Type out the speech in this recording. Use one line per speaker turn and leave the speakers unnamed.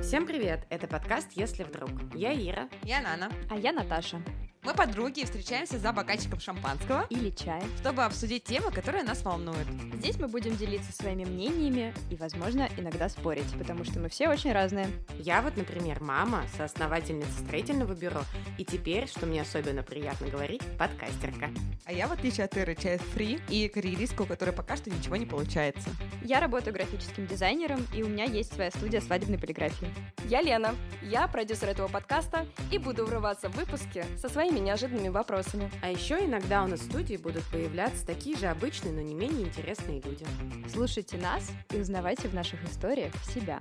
Всем привет! Это подкаст «Если вдруг». Я Ира.
Я Нана.
А я Наташа.
Мы подруги и встречаемся за бокальчиком шампанского,
Или чая.
чтобы обсудить темы, которые нас волнуют.
Здесь мы будем делиться своими мнениями и, возможно, иногда спорить, потому что мы все очень разные.
Я вот, например, мама, соосновательница строительного бюро, и теперь, что мне особенно приятно говорить, подкастерка.
А я, в отличие от Иры, чай фри и карьеристка, у которой пока что ничего не получается.
Я работаю графическим дизайнером, и у меня есть своя студия свадебной полиграфии.
Я Лена, я продюсер этого подкаста и буду врываться в выпуски со своими неожиданными вопросами.
А еще иногда у нас в студии будут появляться такие же обычные, но не менее интересные люди.
Слушайте нас и узнавайте в наших историях себя.